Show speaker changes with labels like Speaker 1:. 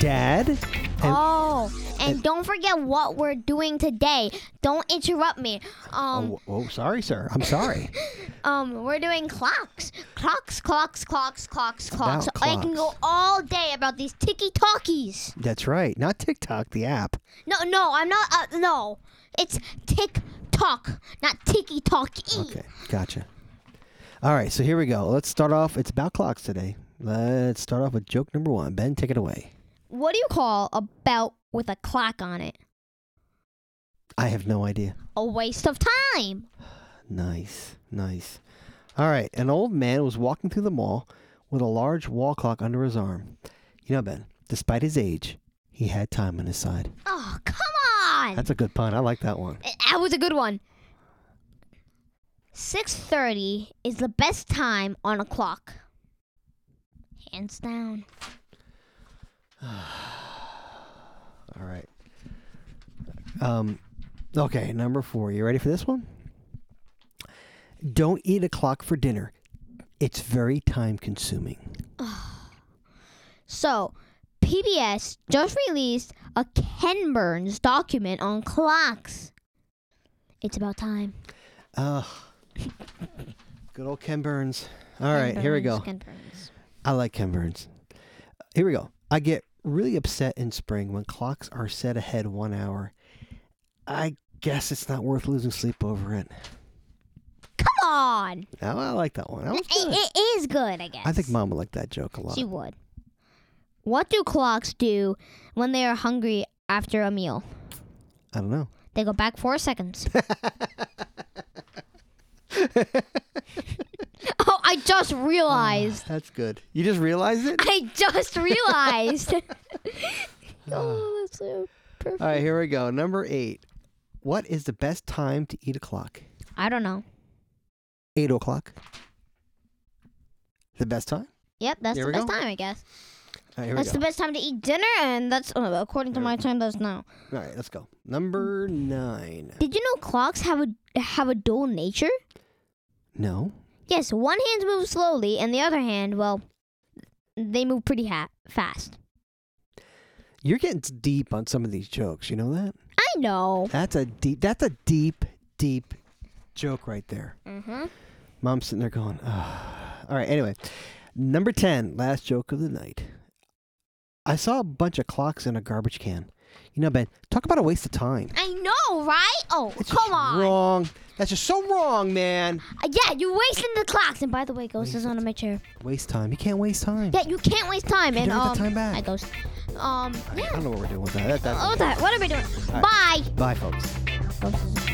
Speaker 1: dad. And
Speaker 2: Oh, and don't forget what we're doing today. Don't interrupt me. Um,
Speaker 1: oh, oh, sorry, sir. I'm sorry. Oh.
Speaker 2: um, we're doing clocks, clocks, clocks, clocks, clocks, clocks.
Speaker 1: about
Speaker 2: I can go
Speaker 1: clocks.
Speaker 2: all day about these ticky talkies.
Speaker 1: That's right. Not TikTok, the app.
Speaker 2: No, no, I'm not. Uh, no, it's tick tock, not ticky talk.
Speaker 1: Okay, gotcha. All right, so here we go. Let's start off. It's about clocks today. Let's start off with joke number one. Ben, take it away.
Speaker 2: What do you call a belt with a clock on it?
Speaker 1: I have no idea.
Speaker 2: A waste of time.
Speaker 1: Nice, nice. All right, an old man was walking through the mall with a large wall clock under his arm. You know, Ben, despite his age, he had time on his side.
Speaker 2: Oh, come on.
Speaker 1: That's a good pun. I like that one.
Speaker 2: That was a good one. 6:30 is the best time on a clock. Hands down.
Speaker 1: All right. Um, okay, number four. You ready for this one? Don't eat a clock for dinner. It's very time consuming.
Speaker 2: So, PBS just released a Ken Burns document on clocks. It's about time.
Speaker 1: Ugh. Good old Ken Burns. All right, here we go.
Speaker 2: Ken Burns.
Speaker 1: I like Ken Burns. Here we go. I get really upset in spring when clocks are set ahead one hour. I guess it's not worth losing sleep over it.
Speaker 2: Come on.
Speaker 1: Now I like that one. That was good.
Speaker 2: It, it is good, I guess.
Speaker 1: I think Mom would like that joke a lot.
Speaker 2: she would. What do clocks do when they are hungry after a meal?
Speaker 1: I don't know.
Speaker 2: They go back four seconds. oh, I just realized.
Speaker 1: That's good. You just realized it?
Speaker 2: I just realized. oh, that's so perfect.
Speaker 1: All right, here we go. Number eight. What is the best time to eat a clock?
Speaker 2: I don't know.
Speaker 1: Eight o'clock. The best time?
Speaker 2: Yep, that's
Speaker 1: There
Speaker 2: the
Speaker 1: we
Speaker 2: best
Speaker 1: go.
Speaker 2: time, I guess.
Speaker 1: All right, here
Speaker 2: That's
Speaker 1: we
Speaker 2: the
Speaker 1: go.
Speaker 2: best time to eat dinner, and that's uh, according to my time. That's now.
Speaker 1: All right, let's go. Number nine.
Speaker 2: Did you know clocks have a have a dual nature?
Speaker 1: No.
Speaker 2: Yes, one hand moves slowly, and the other hand, well, they move pretty ha- fast.
Speaker 1: You're getting deep on some of these jokes. You know that?
Speaker 2: I know.
Speaker 1: That's a deep. That's a deep, deep joke right there.
Speaker 2: Mm-hmm.
Speaker 1: Mom's sitting there going, "Ah." "All right." Anyway, number ten, last joke of the night. I saw a bunch of clocks in a garbage can. You know, Ben, talk about a waste of time.
Speaker 2: I know, right? Oh,
Speaker 1: That's just
Speaker 2: come on.
Speaker 1: Wrong. That's just so wrong, man.
Speaker 2: Uh, yeah, you're wasting the clocks. And by the way, Ghost is on my chair.
Speaker 1: Waste time. You can't waste time.
Speaker 2: Yeah, you can't waste time.
Speaker 1: You
Speaker 2: and
Speaker 1: never
Speaker 2: um,
Speaker 1: get time back.
Speaker 2: I Ghost. Um,
Speaker 1: I
Speaker 2: yeah.
Speaker 1: don't know what we're doing with that. That- that-
Speaker 2: Oh, that. What are we doing?
Speaker 1: right.
Speaker 2: Bye.
Speaker 1: Bye, folks.
Speaker 2: Ghost is-